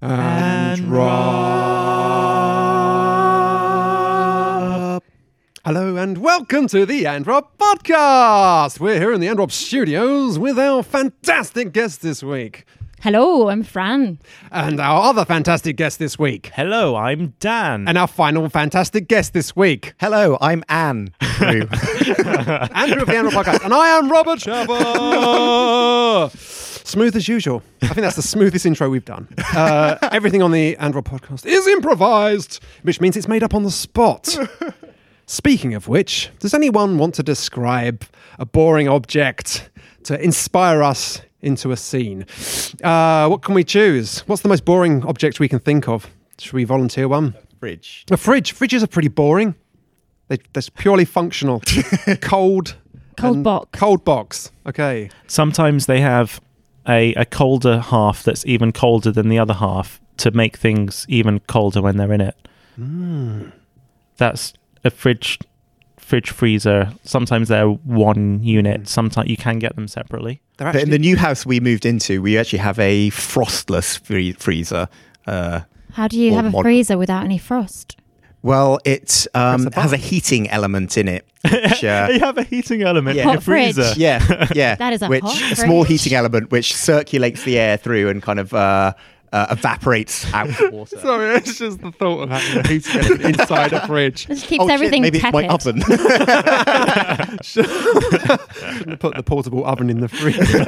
and Rob. Hello and welcome to the And Rob podcast. We're here in the And Rob studios with our fantastic guest this week. Hello, I'm Fran. And our other fantastic guest this week. Hello, I'm Dan. And our final fantastic guest this week, Hello, I'm Anne. Rue. Andrew of the And Rob podcast. And I am Robert Schaber. Smooth as usual. I think that's the smoothest intro we've done. Uh, everything on the And Rob podcast is improvised, which means it's made up on the spot. Speaking of which, does anyone want to describe a boring object to inspire us into a scene? Uh, what can we choose? What's the most boring object we can think of? Should we volunteer one? Bridge. A fridge. Fridges are pretty boring. They, they're purely functional. cold. Cold and- box. Cold box. Okay. Sometimes they have a, a colder half that's even colder than the other half to make things even colder when they're in it. Hmm. That's a fridge fridge freezer. Sometimes they're one Hmm. unit. Sometimes you can get them separately. They're But in actually. the new house we moved into, we actually have a frostless free- freezer. Uh, How do you Or have a mod- freezer without any frost? well, it um, Press a has a button. heating element in it. Which, uh, you have a heating element Yeah. in a Hot fridge. freezer. yeah, yeah. That is a which hot a small fridge. heating element which circulates the air through and kind of uh, uh, evaporates out the water. Sorry, it's just the thought of having a heating element inside a fridge. It just keeps Oh, shit, everything maybe tepid. it's my oven. Put the portable oven in the freezer.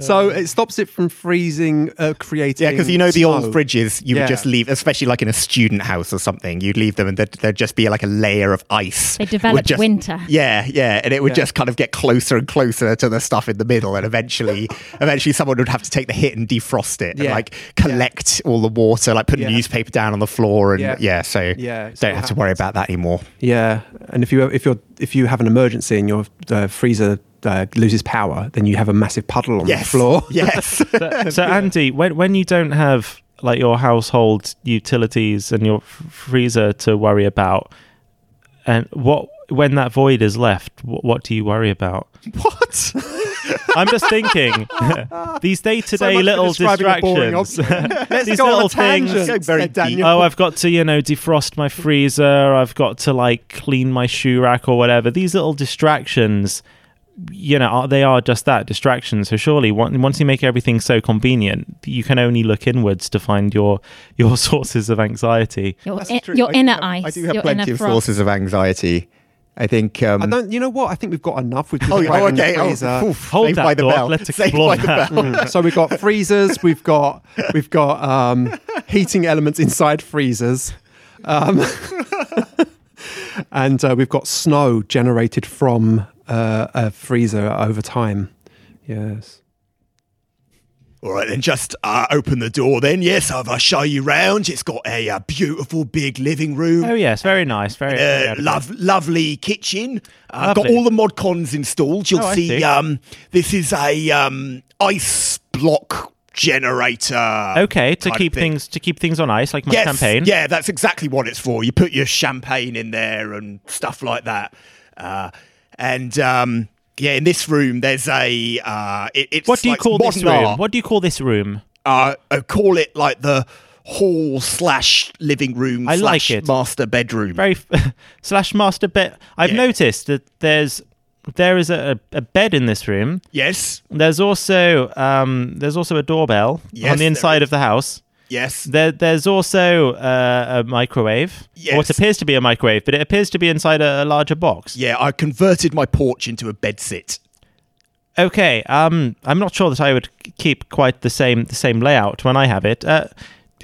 so it stops it from freezing, uh, creating. yeah, because you know the old smoke. fridges, you Yeah. would just leave, especially like in a student house or something. You'd leave them, and there'd, there'd just be like a layer of ice. They would developed just- winter. Yeah, yeah, and it would Yeah. just kind of get closer and closer to the stuff in the middle, and eventually, eventually, someone would have to take the hit and defrost it, Yeah. and like collect all the water, like put Yeah. newspaper down on the floor, and Yeah. yeah, so Yeah, it still don't have to worry about that anymore. Yeah, and if you if you are if you have an emergency and your uh, freezer uh, loses power, then you have a massive puddle on the Yes, floor. yes, So, so Andy, when when you don't have like your household utilities and your f- freezer to worry about, and what when that void is left, what, what do you worry about? what? I'm just thinking these day-to-day much for little describing a boring distractions. Let's These go on a little tangent. things- Go very said Daniel. deep. oh, I've got to you know defrost my freezer. I've got to like clean my shoe rack or whatever. These little distractions. You know, are, they are just that distractions. So surely, on- once you make everything so convenient, you can only look inwards to find your your sources of anxiety. Your, That's in- true. your I do inner have- ice. I do have your plenty inner of frost. sources of anxiety. I think. Um, I don't. You know what? I think we've got enough. We've Oh, described oh, in the okay. Oh, freezer. oof, Hold saved that by the thought. bell. Let's Saved explore by the that. bell. Mm. So we've got freezers. We've got we've got um, heating elements inside freezers. Um, and uh, we've got snow generated from uh, a freezer over time. Yes. All right, then just uh, open the door. Then yes, I'll I'll show you round. It's got a, uh beautiful big living room. Oh yes, very nice, very. very Uh, adequate. love, lovely kitchen. Uh, got Lovely. all the mod cons installed. You'll Oh, I see, see. Um, this is a um, ice block generator. Okay, to type keep thing. things to keep things on ice, like my Yes, champagne. Yeah, that's exactly what it's for. You put your champagne in there and stuff like that. Uh, and um, yeah, in this room there's a. Uh, it- it's What do you like call this room? modern art What do you call this room? uh, uh, call it like the hall slash living room I like slash it. master bedroom. very f- slash master bed. I've Yeah. noticed that there's there is a, a bed in this room. yes, There's also um, there's also a doorbell Yes, on the there inside of the house. yes. There there's also uh, a microwave, or Yes. what appears to be a microwave, but it appears to be inside a, a larger box. Yeah, I converted my porch into a bed sit. Okay, um, I'm not sure that I would keep quite the same the same layout when I have it. Uh,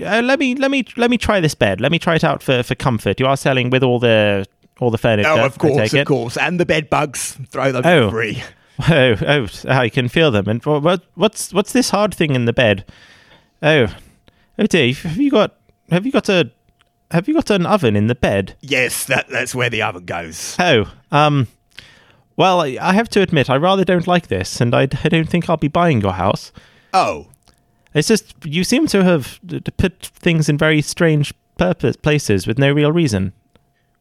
uh, let me let me let me try this bed. Let me try it out for, for comfort. You are selling with all the all the furniture. Oh, of I course, take of it. course. And the bed bugs, throw them Oh. free. Oh, oh, I can feel them. And what, what, what's what's this hard thing in the bed? Oh, oh, Dave, have you got have you got a have you got an oven in the bed? Yes, that, that's where the oven goes. Oh, um, well, I I have to admit, I rather don't like this, and I, d- I don't think I'll be buying your house. Oh, It's just you seem to have d- d- put things in very strange purpose places with no real reason.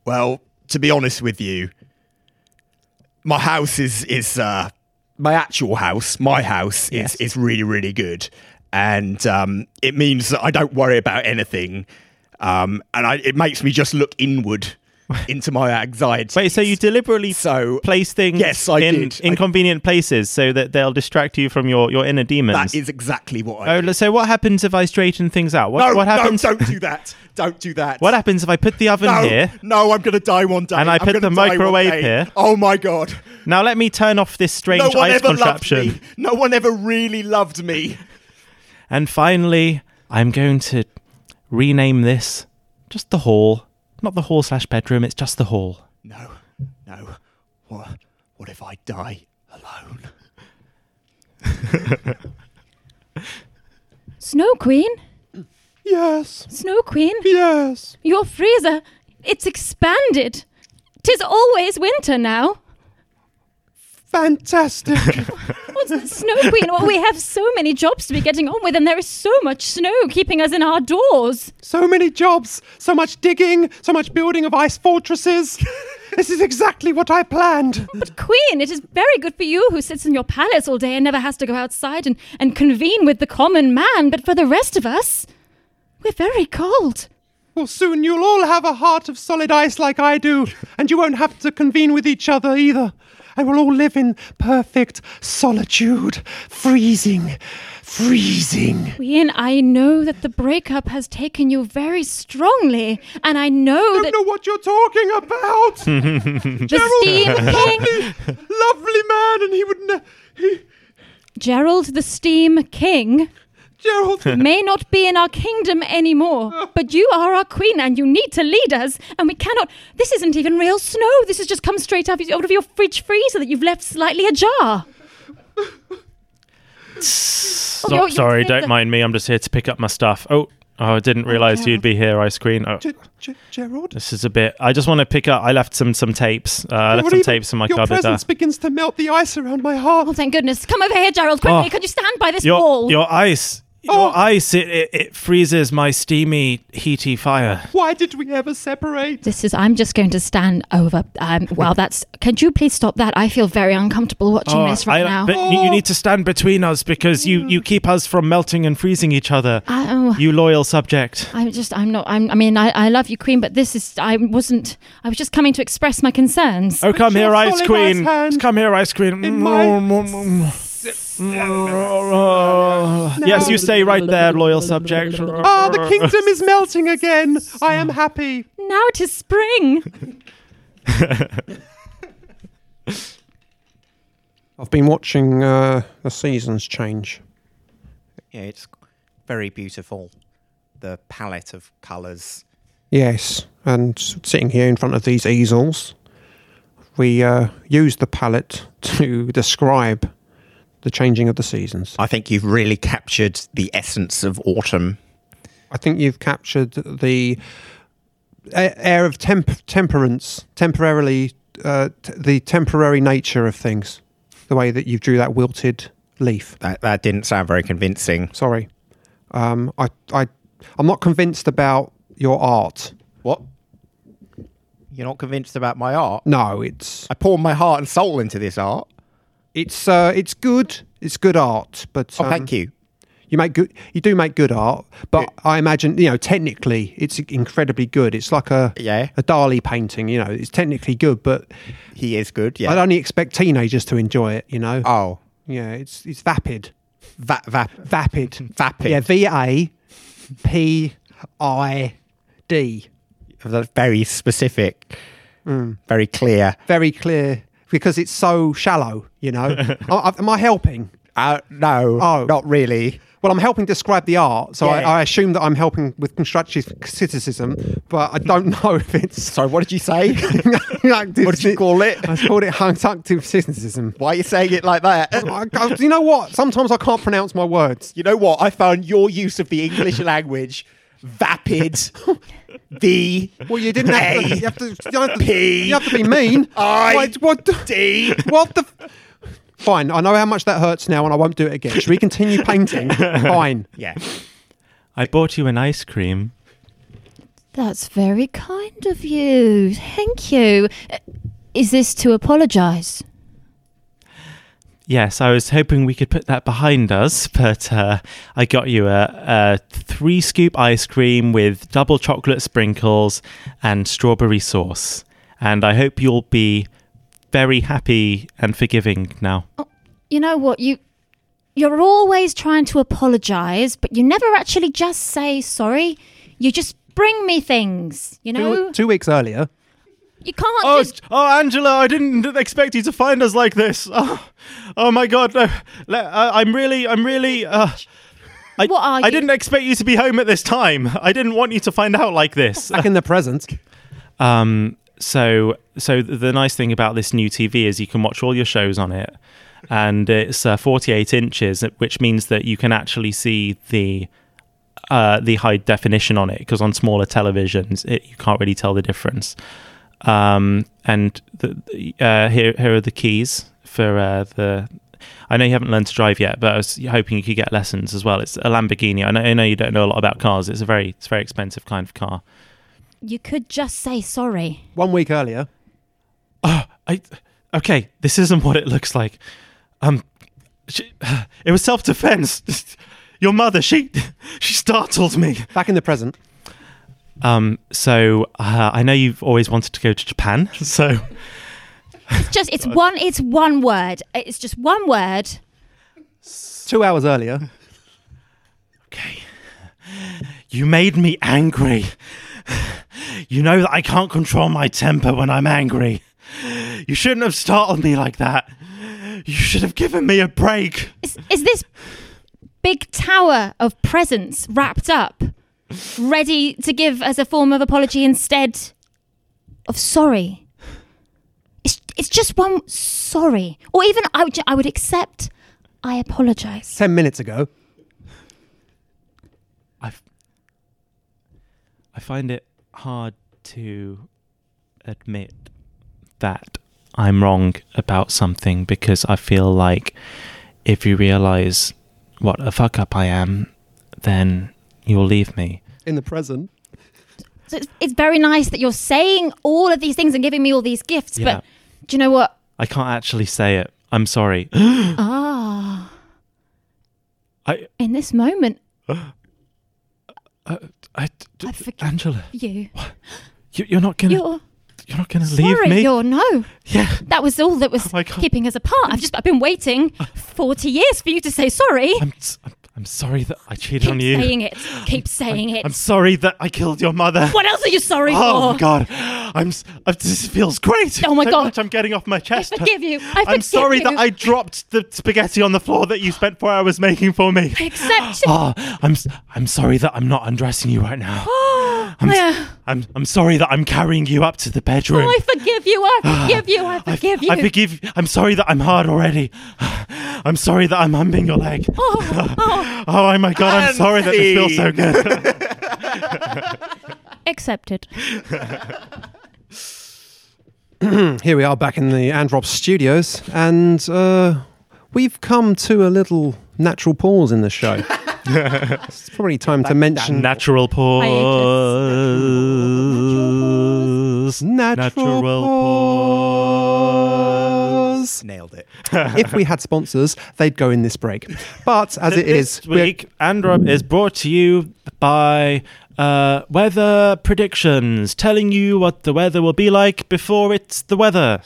well, to be honest with you, my house is is uh, my actual house, my house, Yes. is is really really good, and um, it means that I don't worry about anything, um, and I, it makes me just look inward into my anxiety. Wait, so you deliberately So- place things Yes, I in did. I- inconvenient places so that they'll distract you from your, your inner demons. that is exactly what I. Oh, so what happens if I straighten things out? What, no, what happens? no, don't do that. Don't do that. What happens if I put the oven no, here? no, I'm going to die one day. And I I'm put gonna the die one microwave day. here. Oh my god! Now let me turn off this strange No one ice ever contraption. loved me. No one ever really loved me. And finally, I'm going to rename this just the hall. Not the hall slash bedroom, it's just the hall. No, no. What? What if I die alone? Snow Queen? Yes. Snow Queen? Yes. Your freezer, it's expanded. Tis always winter now. Fantastic. What's the Snow Queen? Well, we have so many jobs to be getting on with, and there is so much snow keeping us in our doors. so many jobs, so much digging, so much building of ice fortresses. this is exactly what I planned. But, Queen, it is very good for you who sits in your palace all day and never has to go outside and, and convene with the common man. But for the rest of us, we're very cold. Well, soon you'll all have a heart of solid ice like I do, and you won't have to convene with each other either. And we'll all live in perfect solitude, freezing, freezing. Queen, I know that the breakup has taken you very strongly, and I know I that don't know what you're talking about. the Steam King, Lovely man, and he would. Ne- he, Gerald the Steam King, Gerald, may not be in our kingdom anymore, but you are our queen, and you need to lead us, and we cannot. This isn't even real snow. This has just come straight out of out of your fridge freezer that you've left slightly ajar. So- you're- sorry, you're- don't mind me. I'm just here to pick up my stuff. Oh, oh I didn't realize you'd be here, Ice Queen. Oh, Ge- Ge- Gerald. this is a bit. I just want to pick up. I left some some tapes. Uh, I left some Gerald, tapes in my your cupboard. uh. there. presence begins to melt the ice around my heart. Oh, thank goodness! Come over here, Gerald, quickly. Oh. Could you stand by this Your wall? your ice. Oh. Your ice, it, it, it freezes my steamy, heaty fire. Why did we ever separate? This is. I'm just going to stand over. Um, well, that's. Could you please stop that? I feel very uncomfortable watching this right Oh, I- now. Mm. But Oh. you, you need to stand between us because you, you keep us from melting and freezing each other. I- oh, You loyal subject. I'm just. I'm not. I'm, I mean, I, I love you, Queen, but this is. I wasn't. I was just coming to express my concerns. Oh, come your here, Ice solid Queen. ice hand come here, Ice Queen. Mm, in my- yes, you stay right there, loyal subject. Ah, the kingdom is melting again. I am happy. Now it is spring. I've been watching uh, the seasons change. Yeah, it's very beautiful. The palette of colours. Yes, and sitting here in front of these easels, we uh, use the palette to describe the changing of the seasons. I think you've really captured the essence of autumn. I think you've captured the a- air of temp- temperance, temporarily, uh, t- the temporary nature of things, the way that you drew that wilted leaf. That that didn't sound very convincing. Sorry, um, I, I, I'm not convinced about your art. What? You're not convinced about my art? No, it's I pour my heart and soul into this art. it's uh, it's good. It's good art, but Oh, um, thank you. You make good. You do make good art, but I imagine you know technically it's incredibly good. It's like a Yeah. a Dali painting. You know, it's technically good, but He is good. I'd Yeah. only expect teenagers to enjoy it. You know, Oh, yeah, it's it's vapid, vap vap vapid, vapid. Yeah, V A P I D. That's very specific. Very clear. Very clear because it's so shallow. You know, I, I, am I helping? Uh, no, Oh. not really. Well, I'm helping describe the art, so Yeah. I, I assume that I'm helping with constructive criticism, but I don't know if it's. Sorry, what did you say? what what did you call it? I called it constructive criticism. Why are you saying it like that? I, I- you know what? Sometimes I can't pronounce my words. You know what? I found your use of the English language vapid. the Well, you didn't have to. A. You have to, you have to, P. you have to be mean. I. Wait, what? the- D. What the? f- Fine. I know how much that hurts now, and I won't do it again. Should we continue painting? Fine. Yeah. I bought you an ice cream. That's very kind of you. Thank you. Uh, Is this to apologise? Yes, I was hoping we could put that behind us, but uh, I got you a, a three scoop ice cream with double chocolate sprinkles and strawberry sauce. And I hope you'll be very happy and forgiving now. You know what? You you're always trying to apologize, but you never actually just say sorry. You just bring me things, you know? Two, two weeks earlier, You can't Oh, just oh, Angela, I didn't expect you to find us like this. Oh, oh my God, no, Le- I- I'm really, I'm really. Uh, I, What are I you? didn't expect you to be home at this time. I didn't want you to find out like this. back in the present. Um, so, so th- the nice thing about this new TV is you can watch all your shows on it, and it's uh, 48 inches, which means that you can actually see the uh, the high definition on it because on smaller televisions it, you can't really tell the difference. Um, and the, the, uh, here here are the keys for uh, the. I know you haven't learned to drive yet, but I was hoping you could get lessons as well. It's a Lamborghini. I know, I know you don't know a lot about cars. It's a very it's a very expensive kind of car. you could just say sorry. One week earlier, Oh, I okay, this isn't what it looks like. Um, she, it was self defense. Your mother, she she startled me. back in the present. Um, so uh, I know you've always wanted to go to Japan. So It's just it's one it's one word. It's just one word. Two hours earlier, okay, you made me angry. You know that I can't control my temper when I'm angry. You shouldn't have startled me like that. You should have given me a break. Is is this big tower of presents wrapped up ready to give as a form of apology instead of sorry? It's it's just one sorry. Or even I would ju- I would accept I apologize. ten minutes ago. I f- I find it hard to admit that I'm wrong about something because I feel like if you realize what a fuck up I am, then you'll leave me. In the present. So it's, it's very nice that you're saying all of these things and giving me all these gifts, Yeah. but do you know what? I can't actually say it. I'm sorry. Ah, I, in this moment, I, I, I forgive Angela, you. you, you're not gonna, you're, You're not gonna sorry. leave me. You're no. yeah. That was all that was Oh my God. keeping us apart. I've just I've been waiting forty years for you to say sorry. I'm, s- I'm, I'm sorry that I cheated Keep on you. saying it. Keep saying it. I'm sorry that I killed your mother. what else are you sorry Oh for? my god, I'm. s- I- This feels great. Oh my So God. much I'm getting off my I chest. forgive you. I I'm forgive sorry you. that I dropped the spaghetti on the floor that you spent four hours making for me. I accept. Oh, I'm. s- I'm sorry that I'm not undressing you right now. Oh, I'm, s- I, I'm. I'm sorry that I'm carrying you up to the bedroom. uh, Oh, I forgive you. I forgive you. I forgive you. I forgive. I'm sorry that I'm hard already. I'm sorry that I'm humping your leg. oh, oh, Oh my god, I'm sorry that this feels so good. accepted. Mm, Here we are back in the Androp studios, and uh, we've come to a little natural pause in the show. it's probably time to mention Natural pause. natural, Natural pause. Nailed it. if we had sponsors, they'd go in this break. But as it this is, we're- week, Androm is brought to you by uh, weather predictions, telling you what the weather will be like before it's the weather.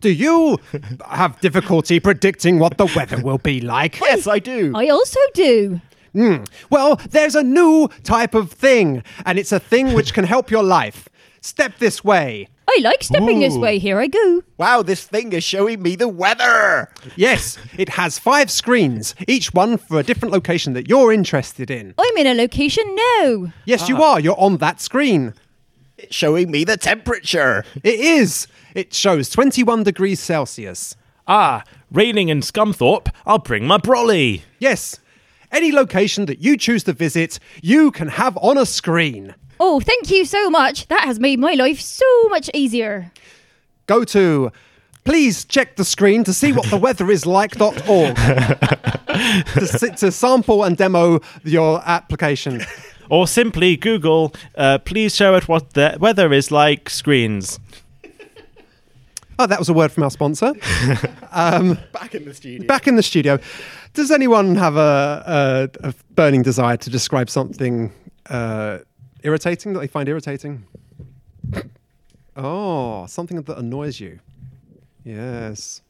do you have difficulty predicting what the weather will be like? Yes, I do. I also do. Well, there's a new type of thing, and it's a thing which can help your life. Step this way. I like stepping this way. Here I go. Wow, this thing is showing me the weather. Yes, it has five screens, each one for a different location that you're interested in. I'm in a location now. Yes, you are. You're on that screen. It's showing me the temperature. It is. It shows 21 degrees Celsius. Ah, raining in Scumthorpe, I'll bring my brolly. Yes, any location that you choose to visit, you can have on a screen. Oh, thank you so much. That has made my life so much easier. Go to please check the screen to see what the weather is like.org to, s- to sample and demo your application. Or simply Google, uh, please show it what the weather is like screens. Oh, that was a word from our sponsor. Um, Back in the studio. Back in the studio, does anyone have a, a, a burning desire to describe something uh, irritating that they find irritating? Oh, something that annoys you. Yes.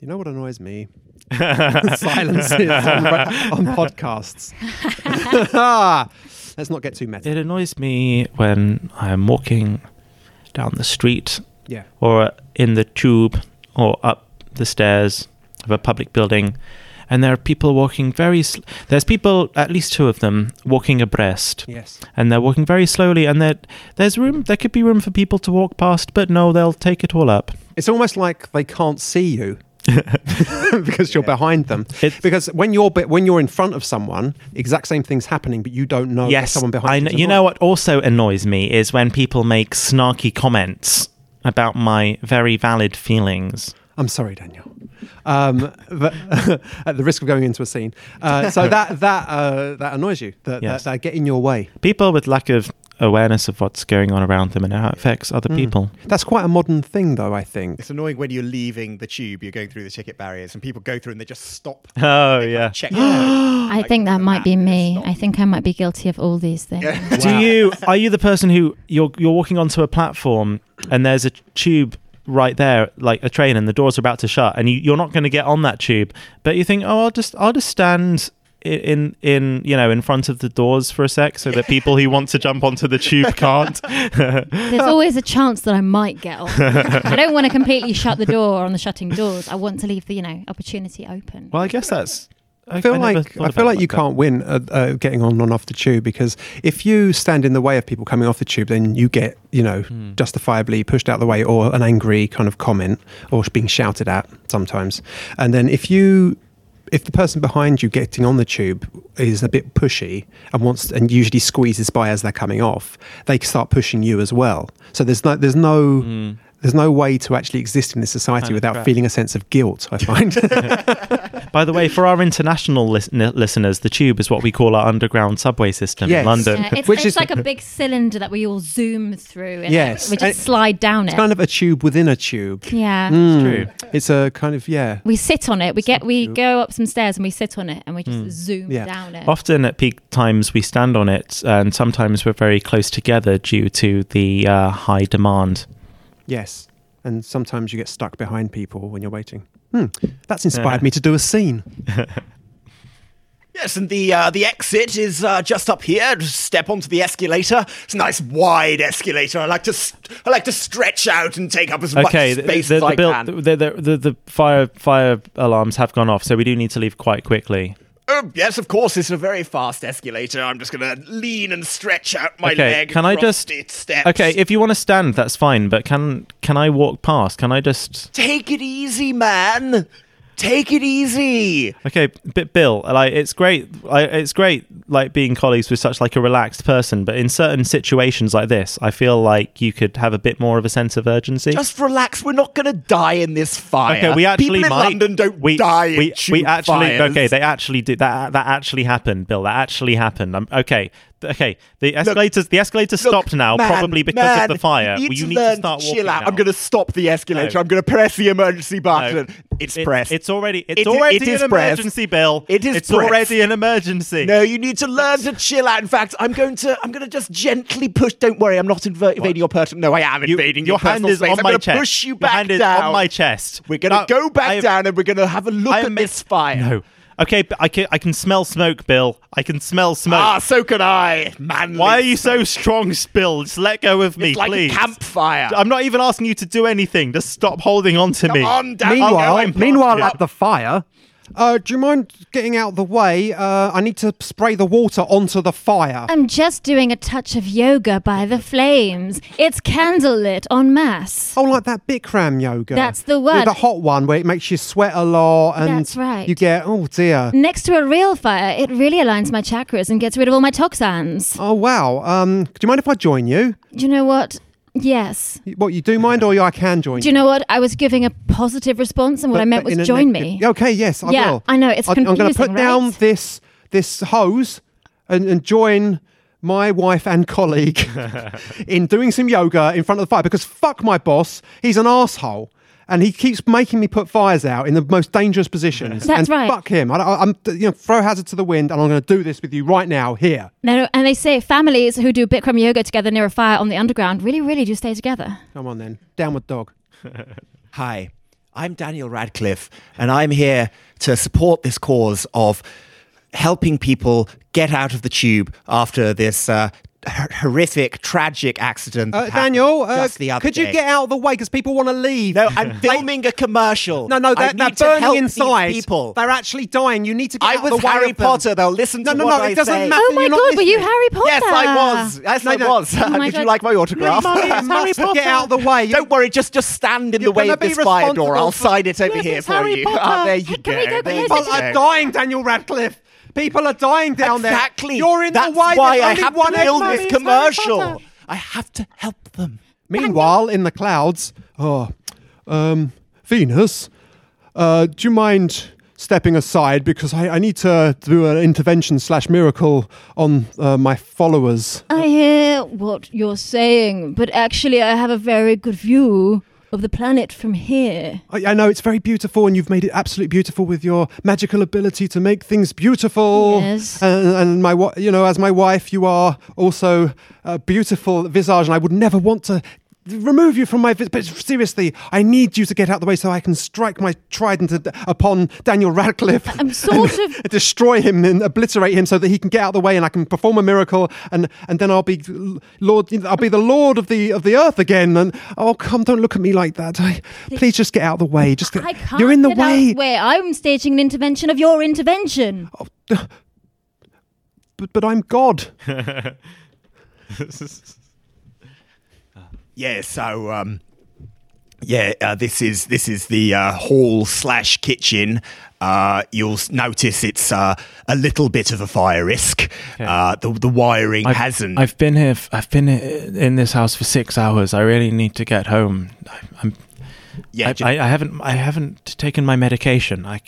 You know what annoys me? Silence is on, on podcasts. Ah, Let's not get too meta. It annoys me when I'm walking down the street Yeah. or in the tube or up the stairs of a public building and there are people walking very sl- there's people at least two of them walking abreast Yes. and they're walking very slowly and there there's room there could be room for people to walk past but no they'll take it all up It's almost like they can't see you because you're behind them. It's- because when you're be- when you're in front of someone, exact same thing's happening, but you don't know Oh, there's yes someone behind. I kn- is you know annoyed. what also annoys me is when people make snarky comments about my very valid feelings I'm sorry, Daniel. Um, but at the risk of going into a scene, uh, so that that uh, that annoys you. That, Yes. that, that get in your way. people with lack of awareness of what's going on around them and how it affects other people That's quite a modern thing, though. I think. It's annoying when you're leaving the tube, you're going through the ticket barriers, and people go through and they just stop. oh yeah Check. yeah. I think that might be me. I think I might be guilty of all these things. Do you are you the person who you're you're walking onto a platform and there's a tube right there, like a train, and the doors are about to shut, and you, you're not going to get on that tube, but you think, oh, I'll just I'll just stand i- in in you know in front of the doors for a sec so that people who want to jump onto the tube can't. There's always a chance that I might get on. I don't want to completely shut the door on the shutting doors. I want to leave the you know opportunity open. Well, I guess that's. I feel like I feel like you can't win uh, uh, getting on and off the tube because if you stand in the way of people coming off the tube, then you get you know Hmm. justifiably pushed out of the way or an angry kind of comment or being shouted at sometimes. And then if you if the person behind you getting on the tube is a bit pushy and wants and usually squeezes by as they're coming off, they start pushing you as well. So there's no there's no. There's no way to actually exist in this society Hmm. Kind of without crap. feeling a sense of guilt. I find. By the way, for our international listen- listeners, the tube is what we call our underground subway system Yes. in London. Yeah, it's Which is- it's like a big cylinder that we all zoom through. And Yes. we just And- slide down it. It's kind of a tube within a tube. yeah. Mm. It's a kind of yeah. We sit on it. We get we go up some stairs and we sit on it and we just zoom Mm. Yeah. down it. Often at peak times, we stand on it, and sometimes we're very close together due to the uh, high demand. Yes. And sometimes you get stuck behind people when you're waiting. Hmm. That's inspired me to do a scene. Yes, and the uh, the exit is uh, just up here. Just step onto the escalator. It's a nice wide escalator. I like to st- I like to stretch out and take up as Okay, much the, space the, as the, I built- can. the, the, the, the fire fire alarms have gone off, so we do need to leave quite quickly. Oh, yes, of course. It's a very fast escalator. I'm just going to lean and stretch out my okay, leg. can I across just? its steps. Okay, if you want to stand, that's fine. But can can I walk past? Can I just? take it easy, man. Take it easy. Okay, but Bill, like it's great, I, it's great, like being colleagues with such like a relaxed person. But in certain situations like this, I feel like you could have a bit more of a sense of urgency. Just relax. We're not going to die in this fire. Okay, we actually People in might- London don't we, die in We, tube we actually fires. okay. They actually did that. That actually happened, Bill. That actually happened. Um, okay, Th- okay. The escalators. the escalator Look, stopped now, man, probably because man, of the fire. You need, Well, to, you need learn to start to walking. chill out. now. I'm going to stop the escalator. No. I'm going to press the emergency No. button. It's It- pressed. It's already. It's It- it already is an pressed. emergency, Bill. It is It's pressed. already an emergency. no, you need to learn to chill out. In fact, I'm going to I'm going to just gently push. Don't worry, I'm not inv- invading your person. No, I am You- invading your your, hand personal is space. on I'm my gonna chest. push you Your back hand is down. on my chest. We're going to No, go back I have- down and we're going to have a look I at am- this fire. No. Okay, but I can. I can smell smoke, Bill. I can smell smoke. Ah, so can I, man. Why are you so strong, Bill? Just let go of me, It's like please. a campfire. I'm not even asking you to do anything. Just stop holding on to Come me. on down. I'll go meanwhile, and- meanwhile at the fire. Uh, do you mind getting out of the way? Uh, I need to spray the water onto the fire. I'm just doing a touch of yoga by the flames. It's candlelit en masse. Oh, like that Bikram yoga. That's the Yeah, word. the hot one where it makes you sweat a lot, and That's right. you get oh dear. Next to a real fire, it really aligns my chakras and gets rid of all my toxins. Oh wow. Um, do you mind if I join you? Do you know what? Yes. What you do mind, or you- I can join Do you know what? I was giving a positive response, and what I But- meant but in a was join me. negative- Okay, yes, I Yeah, will. I know, it's I- I'm gonna put confusing, down right? this this hose and, and join my wife and colleague in doing some yoga in front of the fire because fuck my boss, he's an asshole. And he keeps making me put fires out in the most dangerous positions. and That's right. Fuck him. I, I, I'm, you know, throw hazard to the wind, and I'm going to do this with you right now, here. No, and they say families who do Bikram yoga together near a fire on the underground really, really do stay together. Come on then, downward dog. Hi, I'm Daniel Radcliffe, and I'm here to support this cause of helping people get out of the tube after this uh, hor- horrific, tragic accident. Uh, that happened Daniel, uh, just the other could you day. get out of the way because people want to leave? No, I'm filming a commercial. no, no, I they're, need they're to help burning these inside. people. They're actually dying. You need to get I out of was the way Harry of them. Potter. They'll listen No, to no, what no, I it doesn't say. matter. oh You're my not god, were you listening. Harry Potter? Yes, I was. Yes, No, I no. was. Oh my Would you God. like my autograph? Mummy, it's Harry Must Potter. Don't worry, just just stand in the You're way gonna of this be fire door. responsible I'll for- Oh, sign it over Look, here it's for Harry you. Potter. Ah, there you Hey, can we go There you closer? People are dying, Daniel Radcliffe. People are dying down there. Exactly. You're in That's the way. why There's I only have one to build Eggman. this It's Harry commercial. Potter. I have to help them. Meanwhile, in the clouds, oh, um, Venus, uh, do you mind stepping aside because I, I need to do an intervention slash miracle on uh, my followers. I hear what you're saying, but actually, I have a very good view of the planet from here. I, I know it's very beautiful, and you've made it absolutely beautiful with your magical ability to make things beautiful. Yes. And, and my, wa- you know, as my wife, you are also a beautiful visage, and I would never want to remove you from my. Vis- but seriously, I need you to get out the way so I can strike my trident ad- upon Daniel Radcliffe. I'm sort of Destroy him and obliterate him so that he can get out of the way, and I can perform a miracle, and and then I'll be lord. I'll be the lord of the of the earth again. And oh, come, don't look at me like that. I, please just get out of the way. Just I can't. you're in the get out way. Oh. Where I'm staging an intervention of your intervention. But, but I'm God. Yeah, so um, yeah, uh, this is this is the uh, hall slash kitchen. Uh, you'll s- notice it's uh, a little bit of a fire risk. Uh, the, the wiring I've- hasn't. I've been here. F- I've been i- in this house for six hours. I really need to get home. I, I'm. yeah, I, ju- I, I haven't. I haven't taken my medication. I,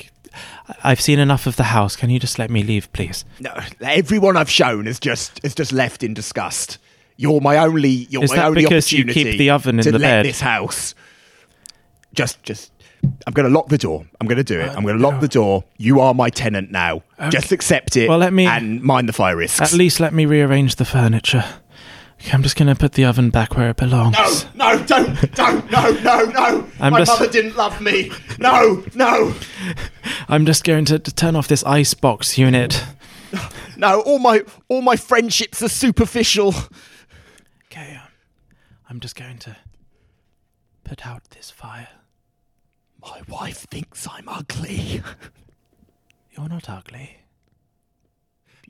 have seen enough of the house. Can you just let me leave, please? no, everyone I've shown has just has just left in disgust. You're my only. You're Is my that only because you opportunity keep the oven in to the let bed? This house. Just, just. I'm going to lock the door. I'm going to do it. I'm going to lock the door. You are my tenant now. Just accept it. Well, let me- and mind the fire risks. At least let me rearrange the furniture. Okay, I'm just gonna put the oven back where it belongs. No, no, don't, don't, no, no, no. I'm My just- mother didn't love me. No, no, I'm just going to, to turn off this icebox unit. no. All my, all my friendships are superficial. Okay. Um, I'm just going to put out this fire. My wife thinks I'm ugly. You're not ugly.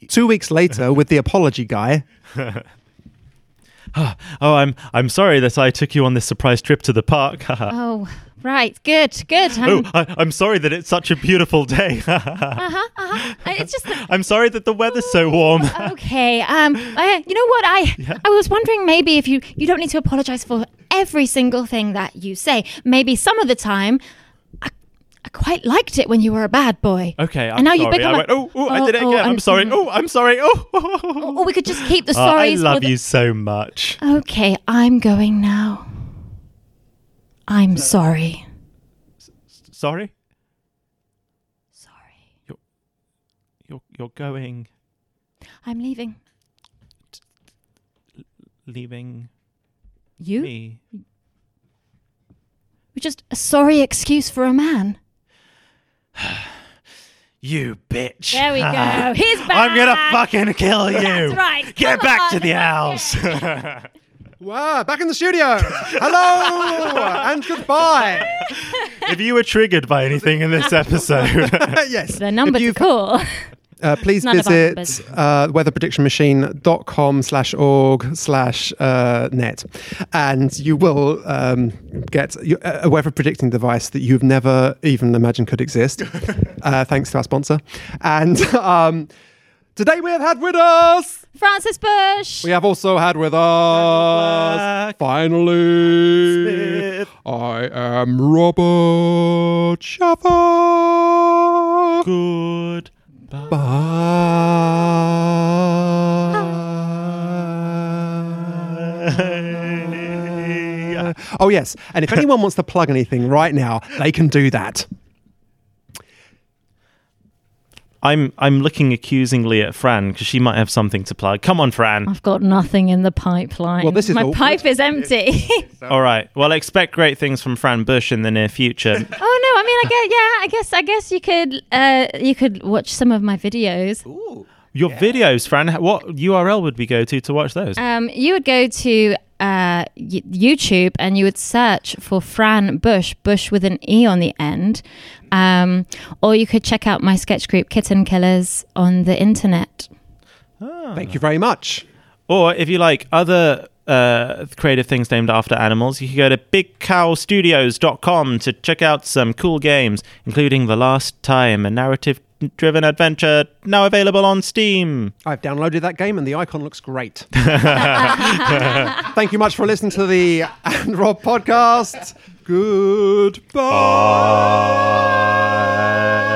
Two weeks later, with the apology guy. Oh, I'm I'm sorry that I took you on this surprise trip to the park. Oh, right. Good. Good. Oh, I'm- I, I'm sorry that it's such a beautiful day. I- it's just that- I'm sorry that the weather's so warm. okay. Um, I, you know what? I I was wondering maybe if you you don't need to apologize for every single thing that you say. Maybe some of the time, I, I quite liked it when you were a bad boy. Okay, I'm and now you've sorry. become. I a- went, oh, oh, I Oh, did it oh, again. I'm and- sorry. mm. Oh, I'm sorry. Oh, Or we could just keep the Oh, I stories. love for the- you so much. Okay, I'm going now. I'm sorry. Sorry, Sorry. you're you're going, I'm leaving. leaving You? me. You're just a sorry excuse for a man. You bitch. There we go. He's back. I'm gonna fucking kill you. That's right. Get Come back to on. the house. Wow, back in the studio. Hello and goodbye. if you were triggered by anything in this episode, yes. The number If to you've call. Uh, please None of our visit numbers. uh, weatherpredictionmachine.com slash org slash uh, net and you will um, get you- a weather predicting device that you've never even imagined could exist uh, thanks to our sponsor and um, today we have had with us Francis Bush. we have also had with us finally I am Robert Shaffer good. Bye. Oh, yes. And if anyone wants to plug anything right now, they can do that. I'm I'm looking accusingly at Fran because she might have something to plug. Come on, Fran. I've got nothing in the pipeline. Well, this is my awkward. pipe is empty. All right. Well, expect great things from Fran Bush in the near future. Oh no! I mean, I guess yeah. I guess I guess you could uh, you could watch some of my videos. Your videos, Fran. What URL would we go to to watch those? Um, you would go to uh, y- YouTube and you would search for Fran Bush, Bush with an E on the end, um, or you could check out my sketch group Kitten Killers on the internet. Thank you very much. Or if you like other uh, creative things named after animals, you can go to bigcowstudios.com to check out some cool games, including The Last Time, a narrative driven adventure now available on Steam. I've downloaded that game and the icon looks great. Thank you much for listening to the And Rob podcast. Goodbye. Bye.